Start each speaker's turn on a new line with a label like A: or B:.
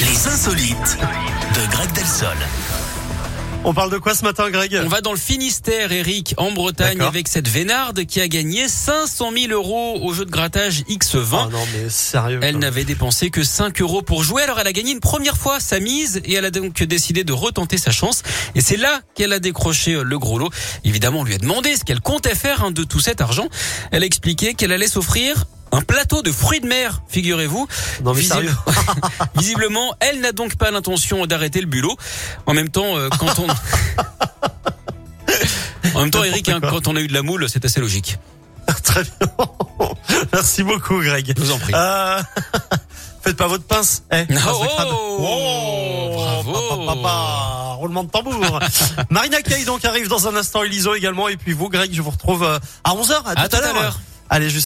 A: Les insolites de Greg Delsol.
B: On parle de quoi ce matin, Greg
C: On va dans le Finistère, Eric, en Bretagne,
B: D'accord.
C: avec cette Vénarde qui a gagné 500 000 euros au jeu de grattage X20.
B: Ah non, mais sérieux.
C: Elle
B: quoi.
C: n'avait dépensé que 5 euros pour jouer, alors elle a gagné une première fois sa mise et elle a donc décidé de retenter sa chance. Et c'est là qu'elle a décroché euh, le gros lot. Évidemment, on lui a demandé ce qu'elle comptait faire hein, de tout cet argent. Elle a expliqué qu'elle allait s'offrir un plateau de fruits de mer, figurez-vous.
B: Non, mais
C: Visi-
B: sérieux.
C: Visiblement, elle n'a donc pas l'intention d'arrêter le bulot. En même temps, euh, quand on... En même temps, Eric, hein,
B: quoi.
C: quand on a eu de la moule, c'est assez logique.
B: Très bien. Merci beaucoup, Greg.
C: Je vous en prie.
B: Euh, Faites pas votre pince. Eh, pince de
C: Oh,
B: crabe.
C: bravo.
B: pa, pa, pa, pa. Roulement de tambour. Marina Kaye donc arrive dans un instant, Eliso également. Et puis vous, Greg, je vous retrouve euh, à 11h. À,
C: À tout à l'heure.
B: Allez, juste